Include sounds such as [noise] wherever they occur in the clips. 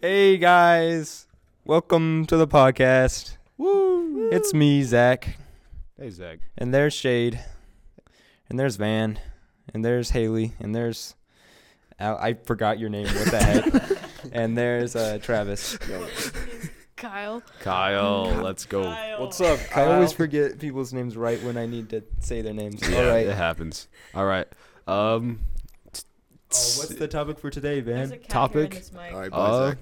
Hey guys, welcome to the podcast. Woo! It's me, Zach, Hey Zach. and there's Shade, and there's Van, and there's Haley, and there's I, I forgot your name. What the heck? [laughs] and there's uh, Travis. Kyle. [laughs] Kyle, let's go. What's up? I always forget people's names right when I need to say their names. Yeah, All right. it happens. All right. Um uh, t- Oh, what's the topic for today, Van? Topic? All right, bye, uh, Zach.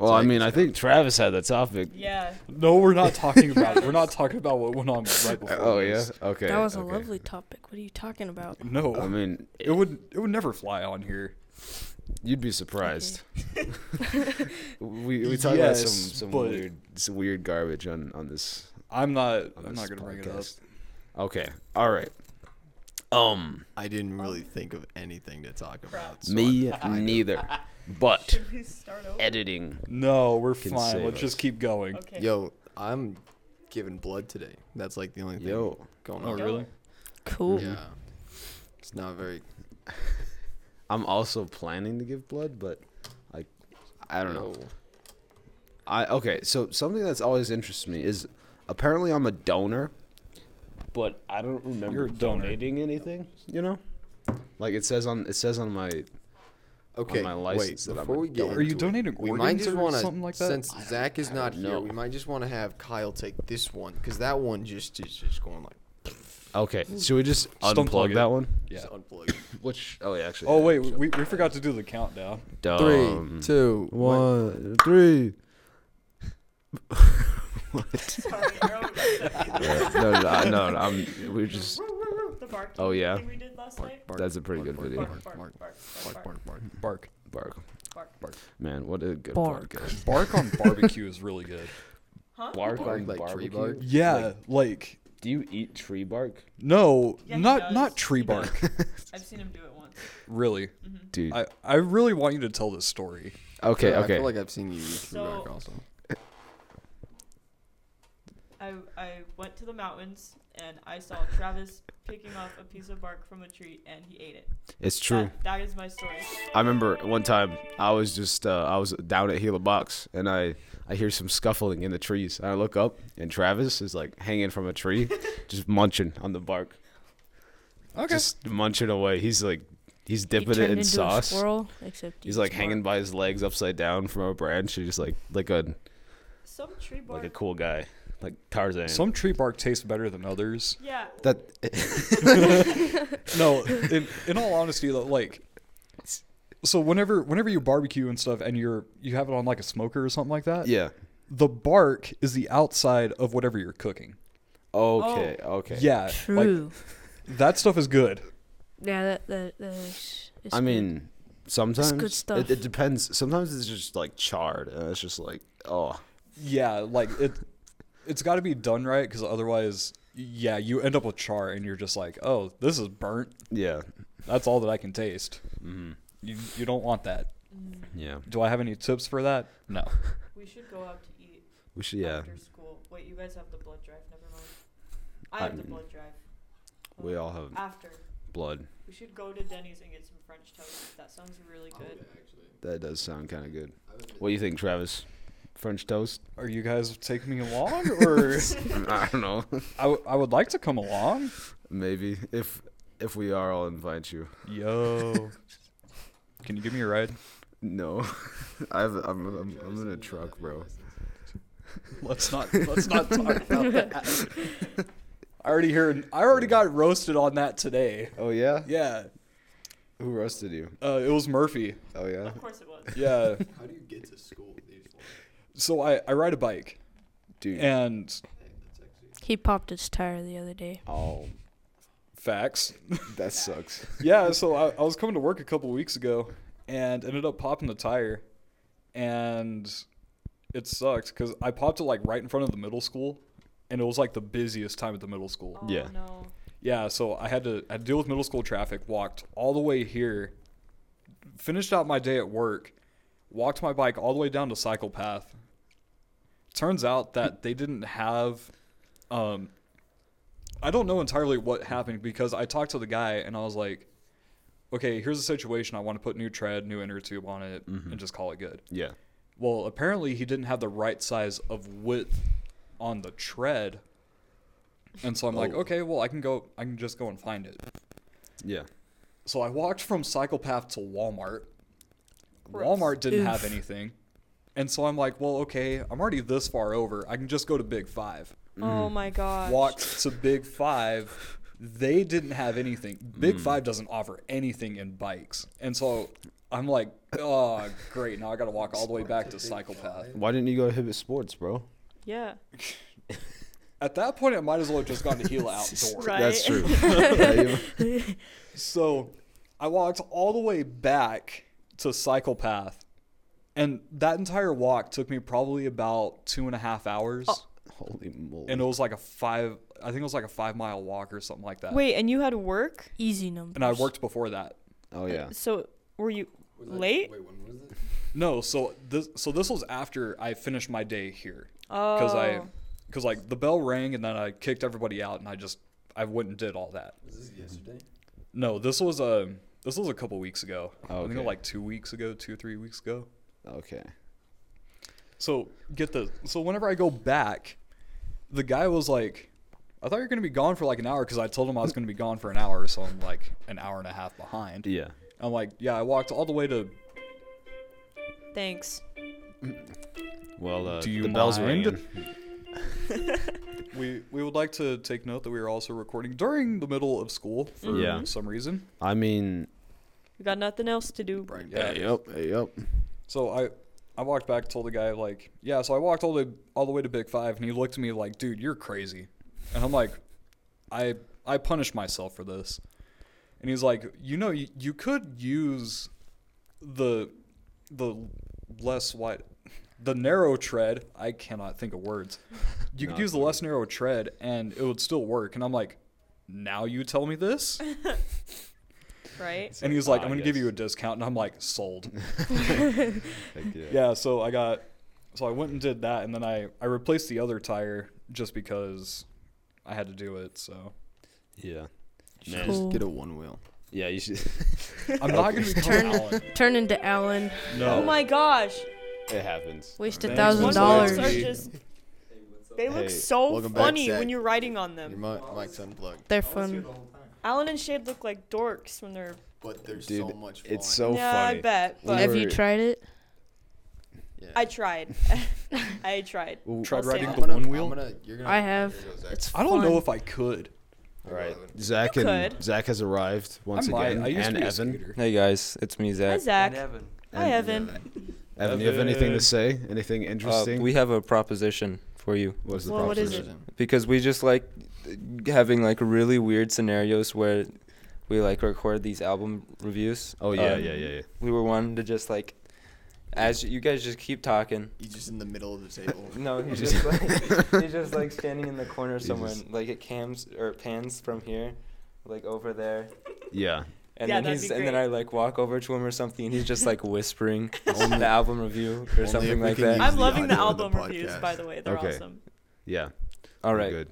well, I Zach, mean, I Zach. think Travis had that topic. Yeah. No, we're not talking [laughs] about it. We're not talking about what went on right before. Oh yeah. this. Okay. That was a okay. lovely topic. What are you talking about? No, I mean, it would it would never fly on here. you'd be surprised. [laughs] we we talked about Yes, some some but- weird some weird garbage on on this I'm not. on I'm this not gonna bring it up. podcast. Okay. All right. Um, I didn't really think of anything to talk about. [laughs] so me neither. But we start over? editing. No, we're Can fine. save Let's us. just keep going. I- Okay. yo, I'm giving blood today. That's like the only thing Yo. going Oh on. really? Cool. Yeah. It's not very. I'm also planning to give blood, but like I don't know. yo. I okay, so something that's always interested me is apparently I'm a donor, but I don't remember You're a donor. donating anything, you know? Like it says on it says on my Okay. my wait. license that I'm Before a we get donor. Are you into it, donating We organs might just or want to something like that? Since Zach is I not don't here, know. we might just want to have Kyle take this one because that one just is just going like Okay, should we just Just unplug unplug it. that one? Yeah. [coughs] just unplugged. Which oh yeah, actually. Oh yeah, wait, shut we, we forgot to do the countdown. up. Three, Dumb. two, one. one, three. Sorry, you're over Yeah, no, no, I- no, no, I'm we're just the bark. Oh, yeah. Thing we did last night. that's a pretty good video. Bark, bark, bark, bark, bark, Bark. Bark. bark. Man, what a good Bark. podcast. [laughs] Bark on barbecue is really good. Huh? Bark, Bark on like tree barbecue? bark? Yeah, like, Do you eat tree bark? no, Yeah, he not does. not tree He does. bark. I've seen him do it once. [laughs] really, Dude. I I really want you to tell this story. okay, I okay. feel like I've seen you eat through So- bark also. I, I went to the mountains and I saw Travis picking off a piece of bark from a tree and he ate it. it's true. That, that is my story. I remember one time I was just uh, I was down at Gila Box and I I hear some scuffling in the trees. And I look up and Travis is like hanging from a tree, just munching on the bark, Okay. just munching away. He's like he's dipping it in sauce. except He's like hanging by his legs upside down from a branch. He's just like like a Some tree bark. like a cool guy, like Tarzan. Some tree bark tastes better than others. yeah. that [laughs] no, in, in all honesty though, like so whenever whenever you barbecue and stuff and you're you have it on like a smoker or something like that, yeah. the bark is the outside of whatever you're cooking. Okay, okay. Yeah. True. Like that stuff is good. yeah, that that, that is, is I good. mean, sometimes good stuff. It, it depends. Sometimes it's just like charred, and it's just like, oh, Yeah, like it it's got to be done right cuz otherwise yeah, you end up with char and you're just like, "Oh, this is burnt. yeah, That's all that I can taste." mm, You you don't want that. yeah. Do I have any tips for that? No. Mm, We should go out to eat We should, yeah. after school. Wait, you guys have the blood drive. Never mind. I I have the mean, blood drive. Um, We all have After. blood. We should go to Denny's and get some French toast. That sounds really good. That does sound kind of good. What do you think, Travis? French toast? [laughs] Are you guys taking me along or I don't know. I, w- I would like to come along. Maybe if if we are, I'll invite you. Yo. Can you give me a ride? No, [laughs] I have, I'm, I'm I'm in a truck, bro. Let's not let's not talk about that. I already heard I already got roasted on that today. Oh yeah? Yeah. Who roasted you? Uh, it was Murphy. Oh yeah. Of course it was. Yeah. [laughs] How do you get to school? with these ones? So I, I ride a bike Dude. and he popped his tire the other day. oh, facts. [laughs] that sucks. Yeah, so I, I was coming to work a couple weeks ago and ended up popping the tire and it sucked cuz I popped it like right in front of the middle school and it was like the busiest time at the middle school. Oh, Yeah. no. Yeah, so I had to I had to deal with middle school traffic, walked all the way here, finished out my day at work, walked my bike all the way down to cycle path. Turns out that they didn't have um I don't know entirely what happened because I talked to the guy and I was like, Okay, here's the situation. I want to put new tread, new inner tube on it and just call it good. Yeah. Well, apparently he didn't have the right size of width on the tread. And so I'm like, Oh. okay, well, I can go, I can just go and find it. Yeah. So I walked from Cycle Path to Walmart. Gross. Walmart didn't have Oof. anything. And so I'm like, well, okay, I'm already this far over. I can just go to Big Five. Mm. Oh my gosh. Walked to Big Five. They didn't have anything. Big Five doesn't offer anything in bikes. And so I'm like, oh, great. Now I got to walk all the way back to Cycle Path. Why didn't you go to Hibbit Sports, bro? Yeah. At that point, I might as well have just gone to Gila Outdoor. [laughs] Right. That's [laughs] true. Yeah, you- So I walked all the way back to Cycle Path, and that entire walk took me probably about two and a half hours. Oh. Holy moly. And it was like a five, I think it was like a five mile walk or something like that. Wait, and you had work? Easy numbers. And I worked before that. oh yeah. So were you late? Wait, when was it? No, so this so this was after I finished my day here Oh. because I because like the bell rang and then I kicked everybody out and I just I went and did all that. Was this yesterday? No, this was a this was a couple weeks ago. I think Okay. like two weeks ago, two or three weeks ago. Okay. So get this. So whenever I go back, the guy was like, "I thought you were gonna be gone for like an hour," because I told him I was gonna be gone for an hour, so I'm like an hour and a half behind. Yeah. I'm like, "Yeah, I walked all the way to." Thanks. Well, uh, Do you the bell's mind? ringing. We we would like to take note that we are also recording during the middle of school for Yeah. some reason. I mean, We got nothing else to do. Right. yeah, yep, yep. So I I walked back, told the guy like, "Yeah." So I walked all the all the way to Big Five, and he looked at me like, "Dude, you're crazy," and I'm like, "I I punished myself for this," and he's like, "You know, you, you could use the the less wide." The narrow tread, I cannot think of words. You could No, use the less narrow tread and it would still work. And I'm like, now you tell me this? Right. And he's like, like, "Ah, I'm going to give yes." you a discount. And I'm like, sold. Heck yeah. yeah so i got so i went and did that and then i i replaced the other tire just because i had to do [laughs] it so Yeah. Just Cool. get a one wheel. Yeah, you should. [laughs] i'm not gonna be Turn- calling alan Turn into Alan. no Oh my gosh. it happens. Waste a Thanks, thousand One Those dollars. are Zach. just. They look Hey, so welcome back, funny Zach. when you're riding on them. Your mi- mic's unplugged. They're fun. Alan and Shade look like dorks when they're. But there's Dude, so much It's fun. so yeah, funny. I bet. We But Have you were- tried it? Yeah. I tried. [laughs] I tried. Ooh, tried I'll say riding that. the I'm gonna- one I'm wheel gonna- you're gonna- I have. There you go, Zach. It's i don't know fun. if i could All right. Well, Zach You and could. Zach has arrived once i might again, i used and to be Evan. a scooter. Hey guys, it's me, Hi, Zach. Zach. And Evan. Hi, Evan. Evan, do you have anything Evan. to say? Anything Uh, interesting? we have a proposition for you what is the Well, what is proposition? because we just like having like really weird scenarios where we like record these album reviews. Oh Uh, yeah, yeah, yeah, yeah. We were wanting to just like, as you guys just keep talking. He's just in the middle of the table. No, [laughs] he's just like he's just like standing in the corner somewhere. Jesus. And, like it cams or pans from here, like over there, Yeah. and Yeah, then that'd he's be and then great. I like walk over to him or something, and he's just [laughs] like whispering the album review Only or if something we like can that. use I'm loving the audio of the album reviews, podcast. by the way. They're Okay. awesome. Yeah. All we're right, Good.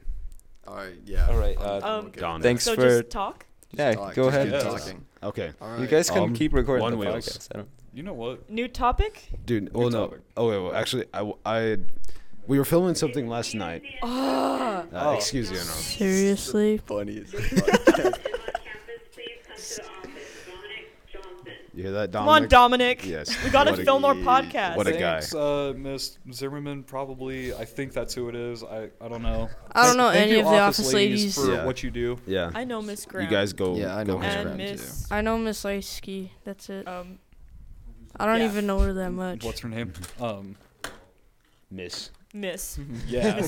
All right, yeah. All right, I'm- uh, I'm Um, okay. Done. thanks So for just talk. Just yeah. talk, Go just ahead. keep Yeah. talking. Okay, All right. You guys can Um, keep recording one the wheels. podcast. I don't, you know what New topic? dude. Well, no. topic. Oh wait. Well, actually, I, w- I- we were filming something last night. Oh, Uh, Excuse the interruption. Seriously? Funniest podcast. You hear that, come on, Dominic? Dominic. Yes. We gotta What a- film our podcast. what a guy. Thanks, uh, Miss Zimmerman. Probably, I think that's who it is. I, I don't know. I don't know Thank any you, of the office ladies. for Yeah. what you do. Yeah. I know Miss Graham. You guys go. Yeah, I know go Miss hang and out. Graham. too. Miss I know Miss Icey. That's it. um I don't yeah. even know her that much. Uh, What's [laughs] her name? Um, Miss. Miss. yeah,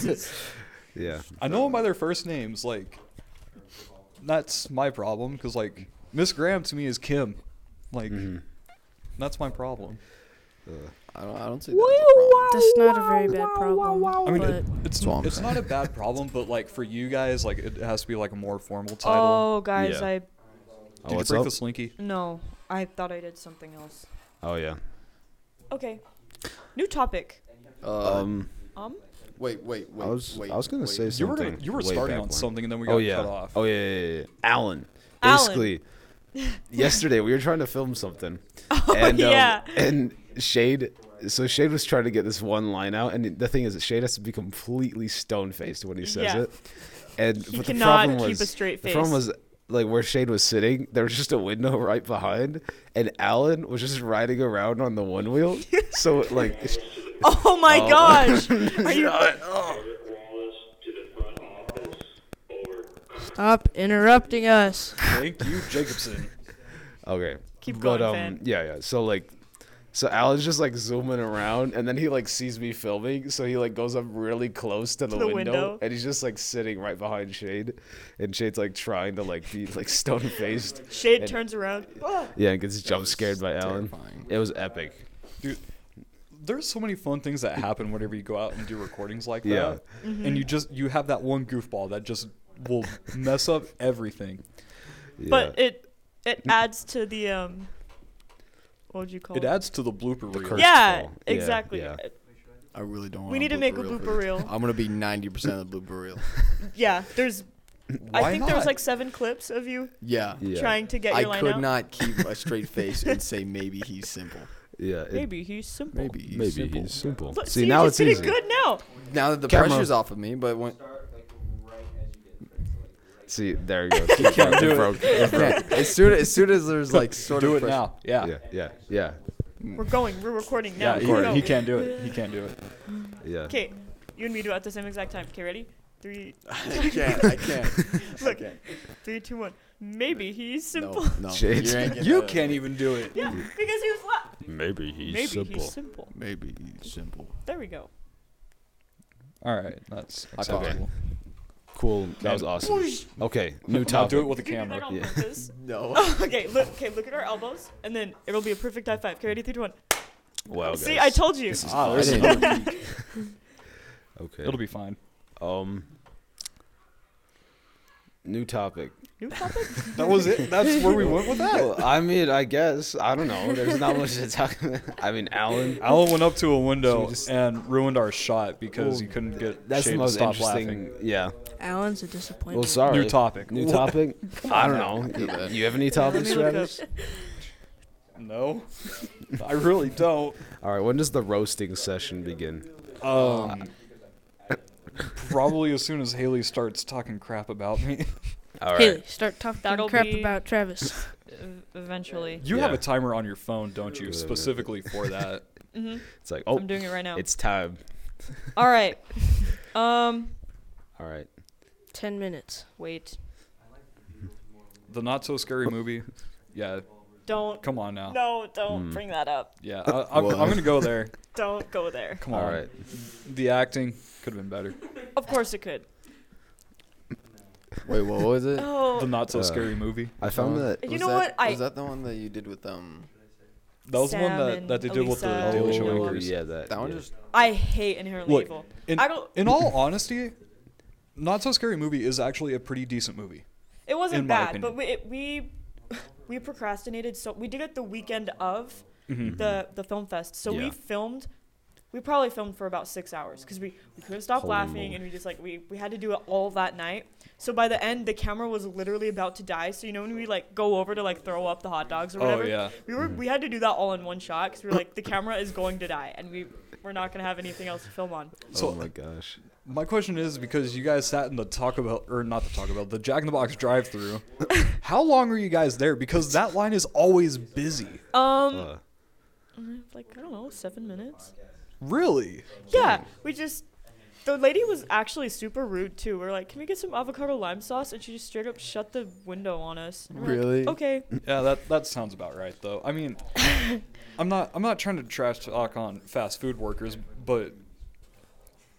Yeah. I know them by their first names. Like, that's my problem because like Miss Graham to me is Kim. Like, Mhm. that's my problem. I don't. I don't see that. That's not a very bad problem. I mean, it, but it's That's what I'm it's saying. not a bad problem, but like for you guys, like it has to be like a more formal [laughs] title. Oh guys, Yeah. I Oh, Did you what's break up? the slinky? no. I thought I did something else. Oh yeah. Okay. New topic. a problem. Um, Um, Um [laughs] wait, wait, wait. I was wait, I was gonna wait. say You something. were gonna, you were way starting back on when. something and then we got Oh yeah. cut off. Oh yeah, yeah, yeah, yeah. Alan. Alan. Basically, [laughs] yesterday we were trying to film something, [laughs] and um, Oh, yeah. and Shade so Shade was trying to get this one line out, and the thing is, that Shade has to be completely stone faced when he says Yeah. it. And He but the cannot problem keep was, a straight The problem face. was like where Shade was sitting, there was just a window [laughs] right behind, and Alan was just riding around on the one [laughs] wheel. so like, it's- Oh my Oh. gosh. Are you Rick Wallace to the front office. Over. Stop interrupting us. Thank you, Jacobson. okay, Keep but, going, um, Finn. Yeah, yeah. So like. So Alan's just like zooming around, and then he like sees me filming, so he like goes up really close to the, the window, window. and he's just like sitting right behind Shade, and Shade's like trying to like be like [laughs] stone faced, Shade And- turns around. Yeah, and gets jump scared by Alan. terrifying. It was epic. Dude, there's so many fun things that happen whenever you go out and do recordings like that. Yeah. Mm-hmm. And you just you have that one goofball that just will mess up everything. But it it adds to the um what would you call it? It adds to the blooper reel. curse. yeah, Yeah, exactly. Uh, yeah. I really don't. We need to make a blooper reel. I'm gonna be 90 percent of the blooper [laughs] reel. Yeah, there's I Why think there was not? [laughs] like seven clips of you Yeah. Yeah. trying to get I your line could out. not keep a [laughs] straight face and say maybe he's simple. yeah, it- Maybe he's simple. Maybe he's maybe simple. he's simple. Look, see, you now it's just did it easy. good now. Now that the Camera. pressure's off of me, but when See, there you go. [laughs] It broke, do it it. broke, it broke. as soon as soon as there's like sort Do of it pressure- now. Yeah. Yeah, yeah, yeah, We're going. We're recording now. Yeah, he, Here we he go. can't do it. He can't [laughs] do it. yeah. Okay, you and me do it at the same exact time. Okay, ready? [laughs] Three, I can't. I can't. look, three, two, one. Maybe he's [laughs] simple. [laughs] No, no. Shades. You ain't getting You that. can't even do it. Yeah, because he was. La- Maybe he's Maybe he's simple. Maybe he's simple. There we go. All right, that's okay. acceptable. cool. That was awesome. Okay, new Now do topic. it with a Did you do that camera. on Yeah. purpose? No. okay, look. Okay, look at our elbows, and then it'll be a perfect high five. Okay, ready? Three, two, one. Wow, See, guys. I told you. I Ah, there's didn't- another- okay. It'll be fine. um. New topic. New topic. [laughs] That was it. That's where we went with [laughs] [laughs] that. Well, I mean, I guess I don't know. There's not much to talk. about. I mean, Alan. Alan went up to a window So we just- and ruined our shot because he couldn't get That's Shade the to most stop interesting. [laughs] laughing. Yeah. Alan's a disappointment. Well, sorry. New topic. New What? topic. I don't know. Y- You have any topics, look Travis? No, I really [laughs] don't. All right. When does the roasting session begin? Um, probably as soon as Haley starts talking crap about me. All right. Haley, start talking That'll crap be- about Travis. Eventually. You have Yeah. a timer on your phone, don't you? Yeah. Specifically for that. Mm-hmm. It's like, oh, I'm doing it right now. it's time. All right. Um. All right. Ten minutes. Wait. The not so scary movie. Yeah, Don't. come on now. No. Don't Mm. bring that up. Yeah, I, I'm, I'm gonna [laughs] go there. Don't go there. Come on. All right. The acting could have been better. Of course it could. [laughs] Wait, what was it? The Oh. not so Uh, scary movie. I found Uh, that. You was know that, what? I- was that the one that you did with um? That was the one Sam that, that they and did with the Elisa Daily Show and anchors. Oh, yeah, that. That one yeah. just I hate inherently Look, evil. In, I don't- in all honesty, Not So Scary Movie is actually a pretty decent movie. It wasn't in my bad, but we it, we we [laughs] procrastinated so we did it the weekend of Mm-hmm. the the film fest. So we Yeah. filmed we probably filmed for about six hours because we, we couldn't stop Holy laughing moly. and we just like we, we had to do it all that night. So by the end the camera was literally about to die. So you know when we like go over to like throw up the hot dogs or Oh, whatever, yeah. we were we had to do that all in one shot because we were like the camera is going to die and we we're not gonna have anything else to film on. So oh my [laughs] gosh. my question is because you guys sat in the Taco Bell or not the Taco Bell, the Jack in the Box drive-through. [laughs] how long were you guys there? Because that line is always busy. Um, Uh, like I don't know, seven minutes. Really? Yeah, we just. The lady was actually super rude too. We are like, "Can we get some avocado lime sauce?" And she just straight up shut the window on us. And we're like, Really? okay. Yeah, that that sounds about right though. I [laughs] mean, I'm not I'm not trying to trash talk on fast food workers, but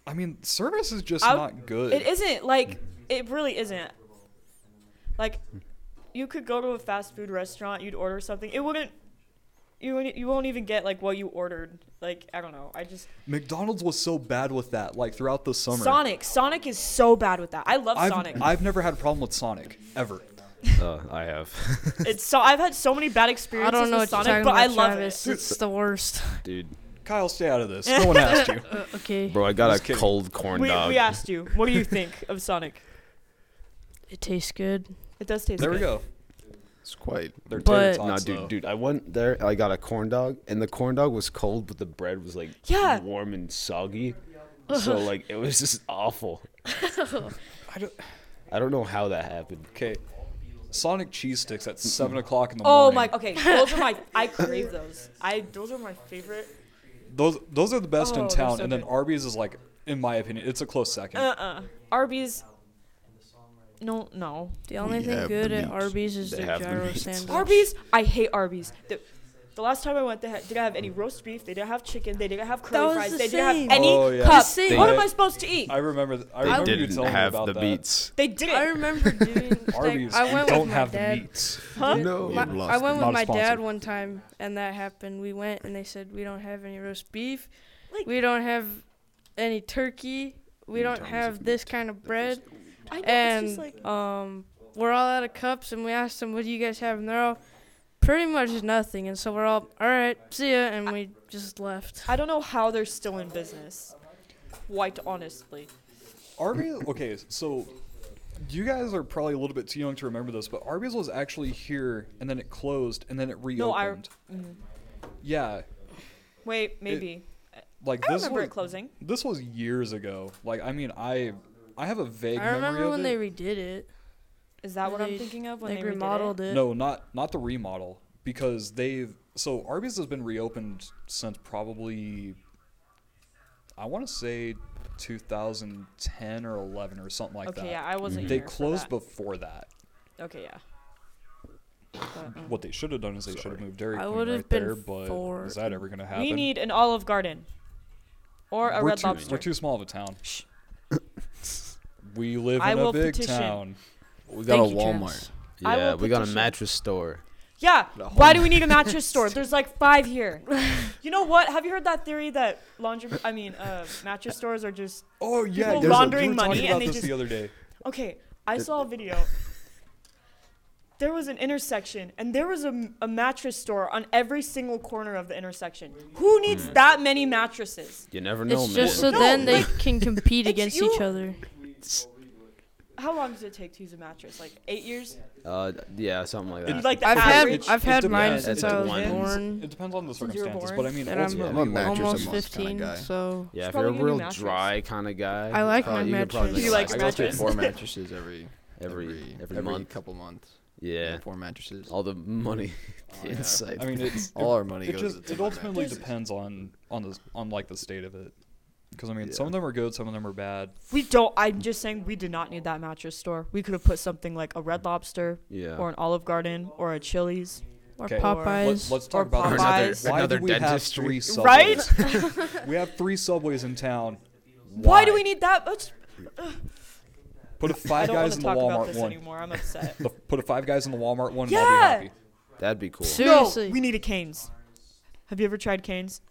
I mean, service is just I- not good. It isn't like it really isn't. Like, you could go to a fast food restaurant, you'd order something, it wouldn't. You wouldn't- you won't even get like what you ordered. Like I don't know. I just McDonald's was so bad with that like throughout the summer. Sonic. Sonic is so bad with that. I love I've, Sonic. I've never had a problem with Sonic ever. uh, I have. [laughs] it's so I've had so many bad I experiences don't know with what you're talking Sonic, but about, I love Travis. it. It's the worst. [laughs] Dude, Kyle, stay out of [laughs] this. No one asked you. Uh, okay. bro, I got a Just kidding. cold corn We, dog. we asked you, what do you think of Sonic? It tastes good. It does taste There good. we go. It's quite. They're But- tater No, tots, dude, though. dude. I went there. I got a corn dog, and the corn dog was cold, but the bread was like Yeah. warm and [laughs] soggy. So like it was just awful. I don't- I don't know how that happened. Okay. Sonic cheese sticks at seven o'clock in the Oh morning. my. Okay, those are my. I crave those. I those are my favorite. Those those are the best Oh, in they're town, so and then good. Arby's is like, in my opinion, it's a close second. Uh uh Arby's. No, no. The only We thing have good the at meats. Arby's is They the have the gyro meats. sandwich. Arby's. I hate Arby's. The, the last time I went, they had, didn't have any roast beef. They didn't have chicken. They didn't have curly was fries. the they same. didn't have any Oh, yeah. cup. The same. What They- am I supposed to eat? I remember. Th- I They remember you didn't telling have me about the that. beats. they [laughs] didn't. I remember [laughs] doing. like, Arby's, I we went don't with my have dad. the meats. huh? No. My- We've lost I went it. with Not my dad sponsored. one time, and that happened. We went, and they said we don't have any roast beef, Like- we don't have any turkey, we In don't terms have of this kind of bread, I know, it's and just like, um, we're all out of cups. And we asked them, "What do you guys have?" And they're all pretty much nothing. And so we're all, "All right, see ya," and we just left. I don't know how they're still in business. Quite honestly. Arby's. Okay, so you guys are probably a little bit too young to remember this, but Arby's was actually here, and then it closed, and then it reopened. No, I- Mm-hmm. Yeah, Wait, maybe. like I this remember was it closing. this was years ago. Like, I mean, I I have a vague I memory remember of when it. they redid it. Is that what I'm They- thinking of when Like they remodeled? remodeled it. No, not not the remodel because they've so Arby's has been reopened since probably I want to say 2010 or 11 or something like Okay, that. yeah, I wasn't. they here for closed that. before that. Okay, yeah. Mm. What they should have done is they should have moved Dairy I Queen would've right there, been but for- is that ever going to happen? We need an Olive Garden or a we're Red too, Lobster. We're too small of a town. Shh. We live I in a will big petition. town. We Thank you, Travis. I Yeah, will we got a petition. mattress store. Yeah. Why do [laughs] we need a mattress store? There's like five here. You know what? Have you heard that theory that laundry? I mean, uh, mattress stores are just Oh yeah, People you were- laundering you were talking money and about they this just- the other day. okay. I saw a video. There was an intersection, and there was a, a mattress store on every single corner of the intersection. Who needs Mm. that many mattresses? You never know, man. It's just so No, then [laughs] they like- can compete It's against you- each other. How long does it take to use a mattress? Like eight years? uh, yeah, something like that. And like the I've had average. I've it had mine depends. since It I was depends. born, It depends on the Since you were circumstances, but I born. mean, and I'm ultimately, I'm a mattress and almost muscle 15, kinda guy. so yeah, if probably you're a gonna be real mattress. dry kind of guy, I like probably- my you could probably mattress. get You like a [laughs] I your go mattress through mattress? four mattresses [laughs] every every every, month. couple months. Yeah, four mattresses. all the money [laughs] Oh, [laughs] yeah. inside. I mean, it's [laughs] [laughs] All our money it goes just to it my ultimately mattresses. depends on on the on like the state of it because i mean Yeah. some of them are good some of them are bad We don't. I'm just saying we did not need that mattress store. We could have put something like a Red Lobster yeah. or an Olive Garden or a Chili's. or Okay. Popeyes. Let, us Or talk about Popeyes. Why Another- another do we have dentistry. three Right? subways? [laughs] we have three subways in town Why? do we need that much? put a I five don't want guys to in the talk about walmart this one anymore. [laughs] I'm upset. The- put a five guys in the walmart one and Yeah. i'll be happy That'd be cool. Seriously, No, we need a Canes. Have you ever tried Canes?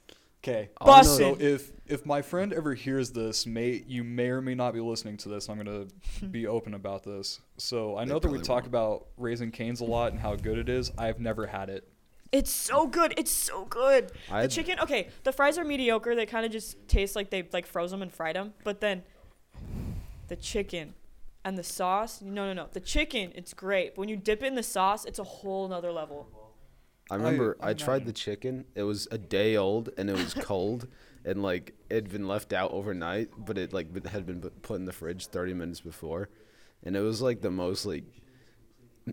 okay All I know- Busted. so if if my friend ever hears this may you may or may not be listening to this and [laughs] i'm going to be open about this so i know that we probably talk about raising canes a lot and how good it is i've never had it It's so good. It's so good. I'd- the chicken. Okay, the fries are mediocre. They kind of just taste like they like froze them and fried them. But then, the chicken, and the sauce. No, no, no. The chicken. It's great. But when you dip it in the sauce, it's a whole nother level. Oh, I remember I I, tried the chicken. It was a day old and it was [laughs] cold and like it had been left out overnight, but it like b- had been bu- put in the fridge 30 minutes before. And it was like the most like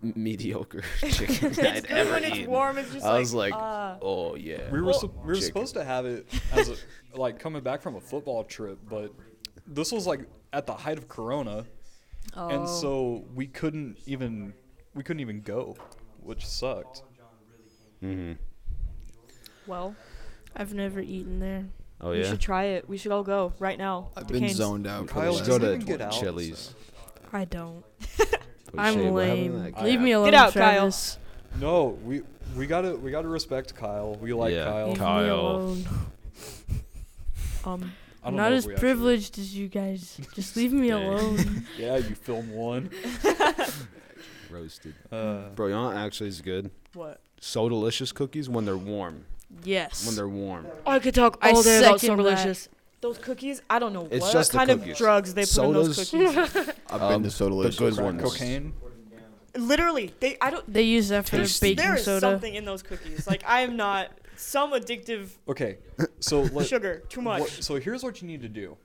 m- [laughs] mediocre [laughs] chicken I'd It's good ever when it's eaten. warm. It's just I like, was like, ah. oh yeah. We were Well- sup- we were Chicken. supposed to have it as a, like coming back from a football trip, but this was like at the height of Corona, Oh. and Oh. so we couldn't even we couldn't even go, which sucked. Mm-hmm. well, I've never eaten there. Oh we yeah. should try it. We should all go right now. I've The been Canes. zoned out. For Kyle, the Let's last does go it to even get out? Chili's. I don't. Oh, I'm shit, what happened to lame. that Leave guy? me alone, out, Kyle. Travis. No, we we gotta we gotta respect Kyle. We like Yeah. Kyle. Leave me Kyle. alone. [laughs] [laughs] Um, I don't Not know if as we actually- privileged as you guys. Just leave me Yeah. [laughs] alone. Yeah, you film one. Roasted. Uh, Bro, you know what actually is good? what? So delicious cookies when they're warm. yes. When they're warm. Oh, I could talk I all day about so second that. delicious. Those cookies, I don't know It's what just the kind of cookies. drugs they put in those [laughs] Sodas. cookies. I've been Um, to the Sodalicious. good crack ones. cocaine. Literally, they. I don't. They use that for their There's, baking there is soda. something in those cookies. Like I am not some [laughs] addictive Okay, so let, sugar. Too much. what- so here's what you need to do.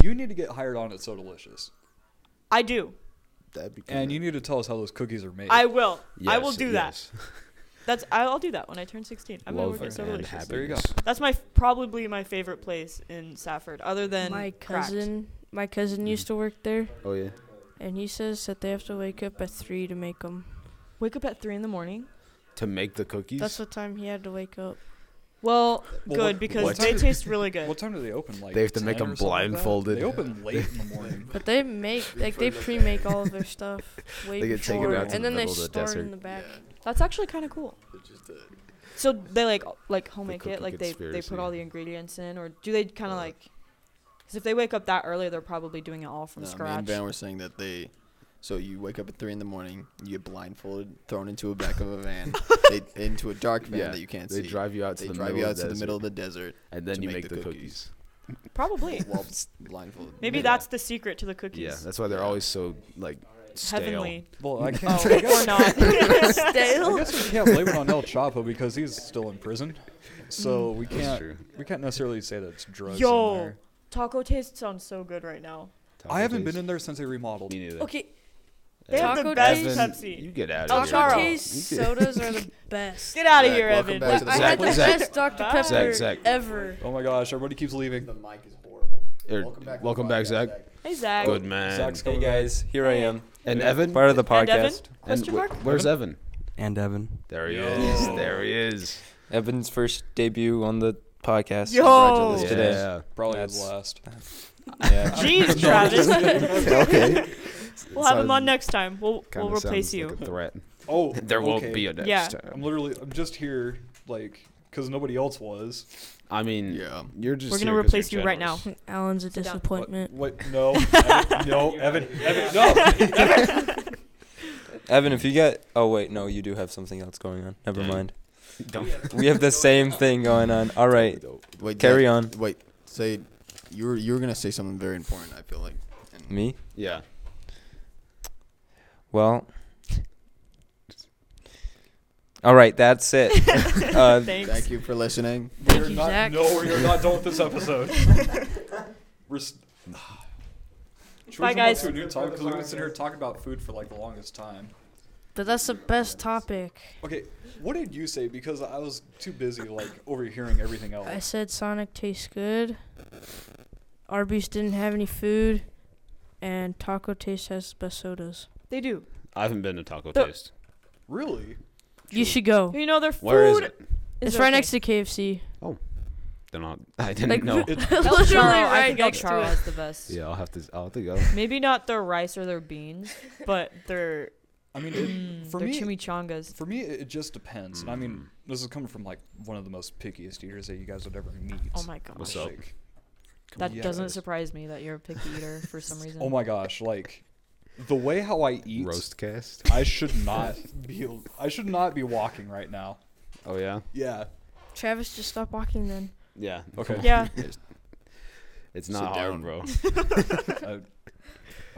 You need to get hired on at So Delicious, I do. That'd be and you need to tell us how those cookies are made. I will. I will do that. That's. I'll do that when I turn 16. I'm gonna Love work at and So Delicious. happiness. There you go. That's my probably my favorite place in Safford, other than My cracked. cousin, my Mm. cousin used to work there, Oh yeah. and he says that they have to wake up at three to make them. Wake up at three in the morning. To make the cookies. That's what time he had to wake up. Well, Well, good what- because what they time- taste [laughs] really good. What time do they open? Like They have to make 10 them or something like that? blindfolded. They open late in the [laughs] morning. But they make like they pre-make all of their stuff way They get taken before, out to and the then they middle of the store it desert. in [laughs] the back. That's actually kind of cool. So they like like homemake cookie it, like they they conspiracy. put all the ingredients in, or do they kind of like? Because if they wake up that early, they're probably doing it all from No, Me Um, and scratch. Van were saying that they. So you wake up at three in the morning, you get blindfolded, thrown into a back of a [laughs] van, they, into a dark van Yeah, that you can't They see. drive you out to they the drive middle you of out to the desert, middle of the desert and then to you make make, the the cookies. cookies. probably. [laughs] while s- blindfolded. Maybe Yeah. that's the secret to the cookies. Yeah, that's why they're always so like stale. heavenly. Well, I [laughs] Oh, can't. I, guess, or [laughs] not. I guess we can't blame it on El Chapo because he's still in prison, so we That's can't. true. We can't necessarily say that's drugs. Mm. Yo. in there. Taco taste sounds so good right now. I haven't been in there since they remodeled. Me neither. [laughs] Okay, they have the Taco best taste? You Pepsi. get out Oh, of here. Taco Charles. taste You get- sodas are [laughs] the best. Get out of Zach, here, welcome Evan. back Look, to [laughs] the I had the Zach, Zach. best Dr Zach, Pepper Zach. ever. Oh my gosh! Everybody keeps leaving. mic is horrible. Er, Welcome back to the welcome back, podcast, Zach. Zach. Hey Zach. Good man. Zach's Hey coming back. guys, here I am, and Evan. part of the And Evan? podcast, And Question wh- mark? where's Evan? and Evan. There he is. There he is. Evan's first debut on the podcast. Yo. Congratulations. Today. Yeah. Probably That's- [laughs] his last. Jeez, Travis. okay. We'll have Sounds- him on next time. We'll Kinda we'll replace sounds you. Like a threat. Oh, There won't be a next Yeah. I'm time. literally. I'm just here, like, because nobody else was. I mean, Yeah. you're just. We're gonna here 'cause replace you're you right now. generous. [laughs] Alan's a Sit down. What? disappointment. what [laughs] no. Evan, no. Evan. Evan. No. Evan, if you get, oh wait, no, you do have something else going on. Never mind. Don't. We have the same thing going on. All right, Wait, Carry Zach, on. Wait, say you were you were gonna say something very important. I feel like. And me. [laughs] Yeah. Well. All right, that's it. [laughs] uh, Thanks. Thank you for listening. We are you, not. Zach. No, we are not done with this [laughs] episode. We're. s- Should we Bye, jump guys. onto a new topic? 'Cause we've been sitting here talking about food for like the longest time. But that's the best topic. Okay, what did you say? Because I was too busy like overhearing everything I else. said Sonic tastes good. Arby's didn't have any food, and Taco Taste has the best sodas. They do. I haven't been to Taco The- Taste. Really? You should go. You know their food. Where is it? It's right next to KFC. They're not. I didn't Like, [laughs] [laughs] know. literally right next to it. the best. Yeah, I'll have to. I'll have to go. Maybe not their rice or [laughs] their beans, but their I mean, it, mm, for their me, chimichangas. for me, it it just depends. And I Mm. mean, this is coming from like one of the most pickiest eaters that you guys would ever meet. Oh my gosh. What's up? Like, That Yeah. doesn't surprise me that you're a picky [laughs] eater for some reason. oh my gosh! Like, the way how I eat, Roast cast. I should not be. I should not be walking right now. Oh yeah. Yeah. Travis, just stop walking [laughs] then. Yeah. Okay. Yeah. It's Sit not hard, down. [laughs] bro. I,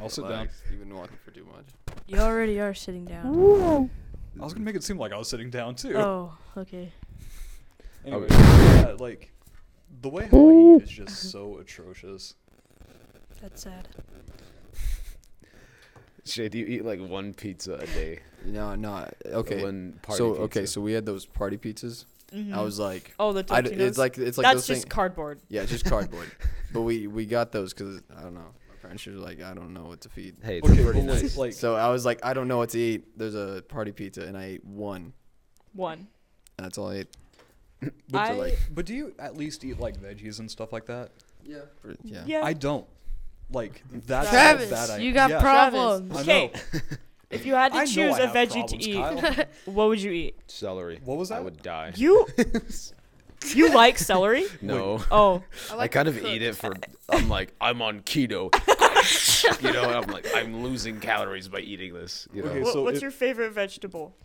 I'll sit down. Relax. You've been walking for too much. You already are sitting down. I was gonna make it seem like I was sitting down too. Oh, okay. Anyway, Okay. yeah, like the way how I eat is just so atrocious. That's sad. Shay, do you eat like one pizza a day? No, no. Okay. One party so pizza? okay, so we had those party pizzas. I was like, oh, the I d- Totino's. it's like it's like those That's just thing- cardboard. yeah, it's just cardboard. but we we got those because I don't know. My parents were like, I don't know what to feed. Hey, they're Okay, pretty but like- nice. like So I was like, I don't know what to eat. There's a party pizza, and I ate one, One. and that's all I ate. [coughs] But, I- do- but do you at least eat like veggies and stuff like that? Yeah. yeah. Yeah. I don't. Like that's Travis, how bad I you am. got yeah. problems. Travis, Problem. I Okay. know. If you had to I know choose I a have veggie to problems, eat, [laughs] Kyle. what would you eat? [laughs] Celery. What was I that? would die. You you like celery? [laughs] [laughs] no. Oh, I, kind of eat it for. I'm like, I'm on [laughs] keto. you know, I'm like, I'm losing calories by eating this. You know, Okay, Wha- so what's it- your favorite vegetable?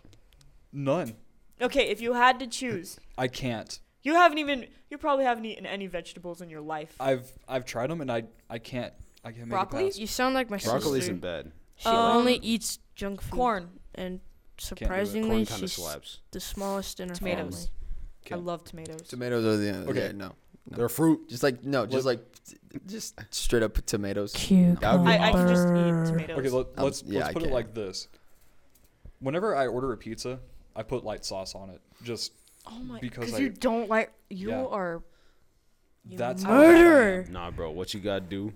None. Okay, if you had to choose, I can't. you haven't even you probably haven't eaten any vegetables in your life. I've I've tried them and I I can't I can't make Broccoli? it past. You sound like my broccoli's sister. in bed. She Um, only eats junk food. Corn. and do it. Corn surprisingly, kinda she's the smallest in her Tomatoes. family. I Can't- love tomatoes. Tomatoes are the Okay. okay. Yeah, no, No. They're fruit. just like no, just like just straight up tomatoes. Cucumber. Cucumber. I, I can just eat tomatoes. Okay, let, Um, let's yeah, let's I put it can. like this. Whenever I order a pizza, I put light sauce on it. Just oh my! because Because I- you don't like you Yeah. are. You That's how murder- Murderer. Nah, bro. What you gotta do?